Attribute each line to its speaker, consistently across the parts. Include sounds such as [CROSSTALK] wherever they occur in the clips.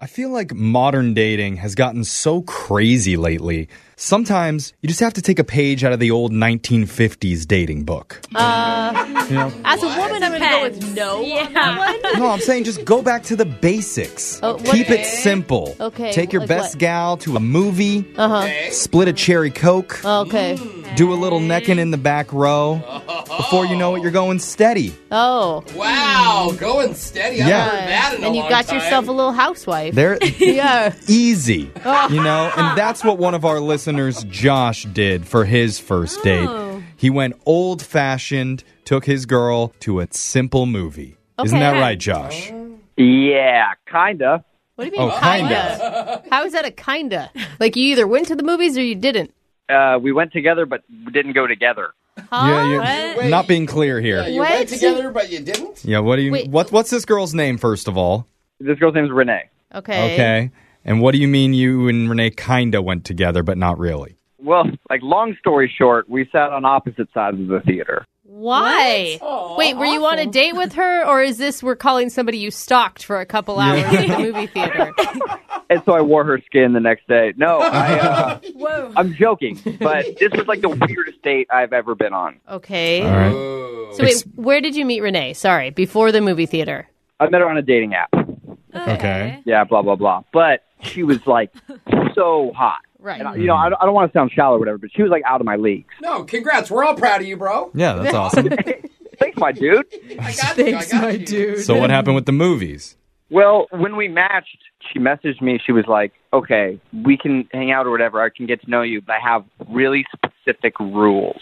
Speaker 1: I feel like modern dating has gotten so crazy lately. Sometimes you just have to take a page out of the old 1950s dating book. you know?
Speaker 2: As a woman, I'm going to go with no. on that one.
Speaker 1: No, I'm saying just go back to the basics.
Speaker 2: Oh, what-
Speaker 1: Keep it simple.
Speaker 2: Okay,
Speaker 1: Take your
Speaker 2: like
Speaker 1: best
Speaker 2: what?
Speaker 1: gal to a movie. Uh-huh. Split a cherry coke.
Speaker 2: Okay.
Speaker 3: Hmm.
Speaker 1: Do a little necking in the back row. Before you know it, you're going steady.
Speaker 2: Oh.
Speaker 4: Wow, going steady. I
Speaker 1: Yeah.
Speaker 4: haven't heard that in a
Speaker 2: And you
Speaker 4: long
Speaker 2: got
Speaker 4: time.
Speaker 2: yourself a little housewife.
Speaker 1: There,
Speaker 2: [LAUGHS] yeah.
Speaker 1: easy,
Speaker 2: [LAUGHS]
Speaker 1: you know? And that's what one of our listeners, Josh, did for his first
Speaker 2: Oh.
Speaker 1: date. He went old fashioned, took his girl to a simple movie. Isn't
Speaker 2: Okay. Oh.
Speaker 1: that right, Josh?
Speaker 3: Yeah, kinda.
Speaker 2: What do you mean,
Speaker 1: Oh,
Speaker 2: kinda? How is that a kinda? Like you either went to the movies or you didn't.
Speaker 3: Uh, we went together, but we didn't go together.
Speaker 2: Huh?
Speaker 1: yeah, you're
Speaker 4: Wait.
Speaker 1: not being clear here.
Speaker 4: You
Speaker 2: What?
Speaker 4: went together, but you didn't?
Speaker 1: Yeah, what do you
Speaker 2: Wait.
Speaker 1: what what's this girl's name first of all?
Speaker 3: This girl's name's Renee.
Speaker 2: Okay.
Speaker 1: Okay. And what do you mean you and Renee kinda went together but not really?
Speaker 3: Well, like long story short, we sat on opposite sides of the theater.
Speaker 2: Why? Wait, were you on a date with her, or is this we're calling somebody you stalked for a couple hours at the movie
Speaker 3: [LAUGHS]
Speaker 2: theater?
Speaker 3: And so I wore her skin the next day. No, I, uh, I'm joking. But this was like the weirdest date I've ever been on.
Speaker 2: Okay.
Speaker 1: All right.
Speaker 4: Oh.
Speaker 2: So wait, where did you meet Renee? Sorry, before the movie theater.
Speaker 3: I met her on a dating app.
Speaker 1: Okay.
Speaker 3: Yeah, blah blah blah. But she was like so hot.
Speaker 2: Right.
Speaker 3: And I, you know, I, don't- I don't want to sound shallow or whatever, but she was like out of my league.
Speaker 4: No, congrats. We're all proud of you, bro.
Speaker 1: Yeah,
Speaker 2: [LAUGHS]
Speaker 1: that's awesome.
Speaker 3: Thanks, my dude.
Speaker 4: I got you. I got you.
Speaker 1: so what happened with the movies?
Speaker 3: Well, when we matched, she messaged me. She was like, "Okay, we can hang out or whatever. I can get to know you, but I have really specific rules."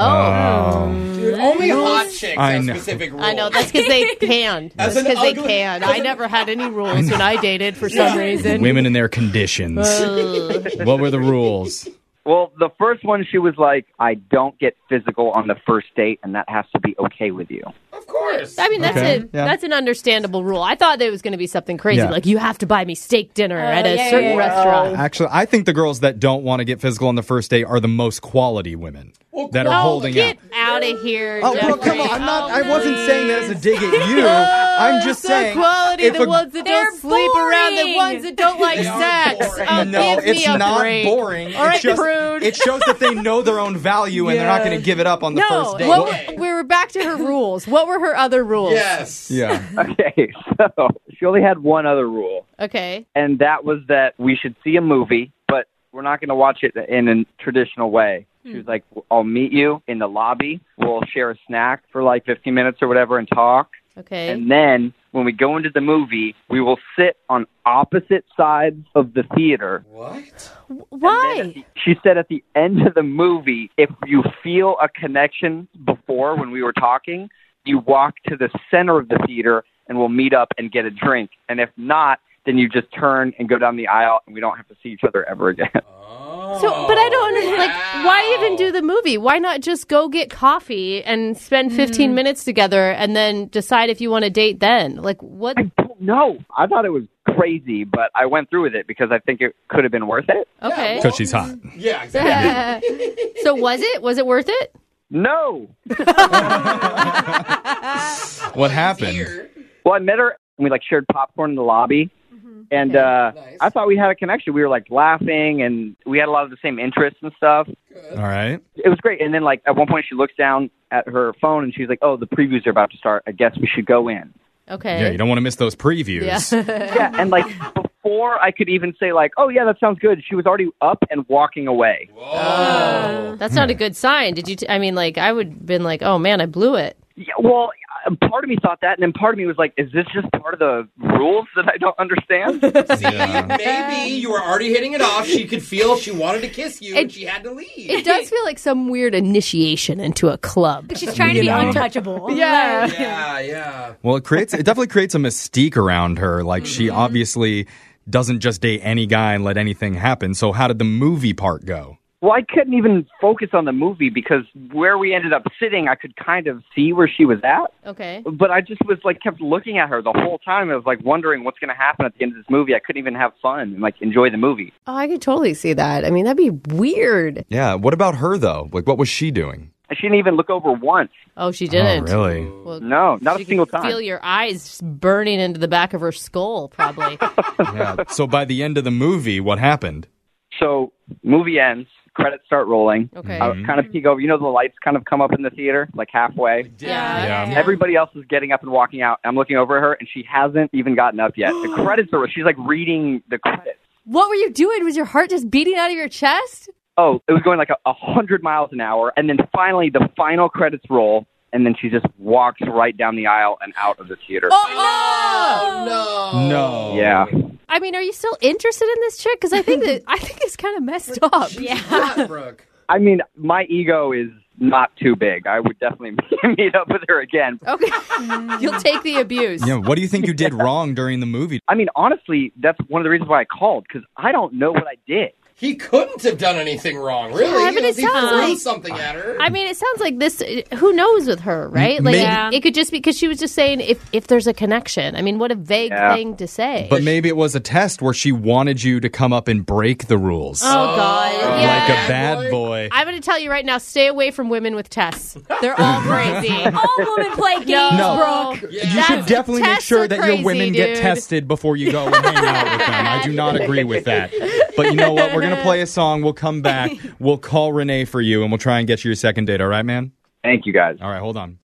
Speaker 2: Oh,
Speaker 1: Oh.
Speaker 4: Dude, only hot chicks
Speaker 1: I
Speaker 4: have
Speaker 1: know.
Speaker 4: specific rules.
Speaker 2: I know. That's because [LAUGHS] they can. That's
Speaker 4: As an
Speaker 2: because they
Speaker 4: ugly-
Speaker 2: can. I never had any rules when I dated for some reason.
Speaker 1: Women and their conditions.
Speaker 2: Ugh.
Speaker 1: what were the rules?
Speaker 3: Well, the first one, she was like, "I don't get physical on the first date, and that has to be okay with you."
Speaker 4: Of course.
Speaker 2: I mean, that's
Speaker 1: Okay.
Speaker 2: a
Speaker 1: Yeah.
Speaker 2: that's an understandable rule. I thought there was going to be something crazy,
Speaker 1: Yeah.
Speaker 2: like you have to buy me steak dinner at a
Speaker 5: yeah,
Speaker 2: certain
Speaker 5: yeah, yeah.
Speaker 2: restaurant.
Speaker 1: Actually, I think the girls that don't want to get physical on the first date are the most quality women
Speaker 4: Well,
Speaker 1: that are
Speaker 4: oh,
Speaker 1: holding out.
Speaker 2: Get out of here! Oh,
Speaker 1: Oh, well, come on. I'm not, I wasn't saying that as a dig at you. I'm just
Speaker 2: so
Speaker 1: saying.
Speaker 2: quality.
Speaker 1: if
Speaker 2: The
Speaker 1: a-
Speaker 2: ones that
Speaker 5: They're
Speaker 2: don't sleep around, the
Speaker 5: boring.
Speaker 2: ones that don't like
Speaker 4: They are
Speaker 2: sex.
Speaker 4: boring.
Speaker 2: Oh,
Speaker 1: no,
Speaker 2: give
Speaker 1: it's
Speaker 2: me a
Speaker 1: not
Speaker 2: break.
Speaker 1: boring.
Speaker 2: All right,
Speaker 1: it, just,
Speaker 2: prude.
Speaker 1: it shows that they know their own value and they're not going to give it up on the
Speaker 2: No,
Speaker 1: first date.
Speaker 2: what were- we were back to her rules. What were her other rules?
Speaker 4: yes.
Speaker 1: yeah.
Speaker 3: Okay, so she only had one other rule,
Speaker 2: Okay.
Speaker 3: and that was that we should see a movie, but we're not going to watch it in a traditional way. She was like, "I'll meet you in the lobby. We'll share a snack for like 15 minutes or whatever and talk."
Speaker 2: Okay.
Speaker 3: And then when we go into the movie, we will sit on opposite sides of the theater.
Speaker 4: What?
Speaker 3: And then at
Speaker 2: Why?
Speaker 3: the- she said at the end of the movie, if you feel a connection before when we were talking, you walk to the center of the theater and we'll meet up and get a drink. And if not, then you just turn and go down the aisle and we don't have to see each other ever again. [LAUGHS]
Speaker 2: So, but I don't understand. Like, why even do the movie? Why not just go get coffee and spend 15 minutes together and then decide if you want to date then? Like, what?
Speaker 3: no, I thought it was crazy, but I went through with it because I think it could have been worth it.
Speaker 2: Okay.
Speaker 1: Because she's hot.
Speaker 4: Yeah, exactly.
Speaker 2: [LAUGHS] so, was it? Was it worth it?
Speaker 3: No.
Speaker 1: What happened?
Speaker 4: Here.
Speaker 3: Well, I met her. and We like shared popcorn in the lobby, and uh,
Speaker 4: Nice.
Speaker 3: I thought we had a connection. We were like laughing, and we had a lot of the same interests and stuff.
Speaker 1: All right.
Speaker 3: It was great. And then like at one point, she looks down at her phone and she's like, "Oh, the previews are about to start. I guess we should go in."
Speaker 2: Okay.
Speaker 1: Yeah, you don't want to miss those previews.
Speaker 3: yeah, and like before I could even say like, "Oh yeah, that sounds good," she was already up and walking away.
Speaker 4: Whoa.
Speaker 2: That's not a good sign. Did you? T- I mean, like, I would have been like, oh man, I blew it.
Speaker 3: Yeah, well, uh, part of me thought that, and then part of me was like, "Is this just part of the rules that I don't understand?"
Speaker 4: See, maybe you were already hitting it off. She could feel she wanted to kiss you, and
Speaker 2: It-
Speaker 4: she had to leave.
Speaker 2: It does feel like some weird initiation into a club.
Speaker 5: She's trying to be untouchable.
Speaker 2: Yeah.
Speaker 4: yeah, yeah.
Speaker 1: Well, it creates it definitely creates a mystique around her. Like she obviously doesn't just date any guy and let anything happen. So how did the movie part go?
Speaker 3: Well, I couldn't even focus on the movie because where we ended up sitting, I could kind of see where she was at,
Speaker 2: Okay.
Speaker 3: but I just was like kept looking at her the whole time. I was like wondering what's going to happen at the end of this movie. I couldn't even have fun and like enjoy the movie.
Speaker 2: Oh, I could totally see that. I mean, that'd be weird.
Speaker 1: Yeah. What about her though? Like what was she doing?
Speaker 3: And she didn't even look over once.
Speaker 2: Oh, she didn't.
Speaker 1: Oh, really?
Speaker 2: [LAUGHS] Well,
Speaker 3: No, not
Speaker 2: she
Speaker 3: a single
Speaker 2: could
Speaker 3: time.
Speaker 2: Feel your eyes burning into the back of her skull, probably.
Speaker 1: Yeah. So by the end of the movie, what happened?
Speaker 3: So movie ends, credits start rolling.
Speaker 2: Okay.
Speaker 1: Uh,
Speaker 3: I kind of peek over. You know the lights kind of come up in the theater, like halfway.
Speaker 2: Yeah.
Speaker 1: Yeah.
Speaker 3: Everybody else is getting up and walking out. I'm looking over at her, and she hasn't even gotten up
Speaker 2: [GASPS]
Speaker 3: yet. The credits are. She's like reading the credits.
Speaker 2: What were you doing? Was your heart just beating out of your chest?
Speaker 3: Oh, it was going like a, a hundred miles an hour, and then finally the final credits roll, and then she just walks right down the aisle and out of the theater.
Speaker 2: Oh,
Speaker 4: Oh, No.
Speaker 1: No.
Speaker 3: Yeah.
Speaker 2: I mean, are you still interested in this chick? Because I think
Speaker 4: [LAUGHS]
Speaker 2: that I think it's kind of messed up.
Speaker 4: Yeah. Brooke.
Speaker 3: I mean, my ego is not too big. I would definitely [LAUGHS] meet up with her again.
Speaker 2: [LAUGHS] Okay. You'll take the abuse.
Speaker 1: Yeah. What do you think you did wrong during the movie?
Speaker 3: I mean, honestly, that's one of the reasons why I called because I don't know what I did.
Speaker 4: He couldn't have done anything wrong, really.
Speaker 2: Yeah, but it
Speaker 4: Unless he
Speaker 2: sounds
Speaker 4: threw
Speaker 2: like-
Speaker 4: something at her.
Speaker 2: I mean, it sounds like this. Who knows with her, right? Like
Speaker 1: maybe-
Speaker 2: it, it could just be because she was just saying if if there's a connection. I mean, what a vague
Speaker 3: Yeah.
Speaker 2: thing to say.
Speaker 1: But maybe it was a test where she wanted you to come up and break the rules.
Speaker 2: oh God, yeah.
Speaker 1: Like a
Speaker 4: Oh
Speaker 1: bad boy.
Speaker 2: I'm going to tell you right now. Stay away from women with tests. They're
Speaker 1: [LAUGHS]
Speaker 2: all crazy.
Speaker 4: [LAUGHS] Oh,
Speaker 5: All women play games,
Speaker 1: No.
Speaker 5: Brooke.
Speaker 4: Yeah.
Speaker 1: You should
Speaker 2: That's-
Speaker 1: definitely make
Speaker 2: tests
Speaker 1: sure
Speaker 2: are
Speaker 1: that your
Speaker 2: crazy,
Speaker 1: women get
Speaker 2: dude.
Speaker 1: tested before you go and hang out with them. I do
Speaker 2: [LAUGHS]
Speaker 1: not agree with that. But you know what? We're going to play a song. We'll come back. We'll call Renee for you and we'll try and get you your second date. All right, man?
Speaker 3: Thank you guys.
Speaker 1: All right, hold on.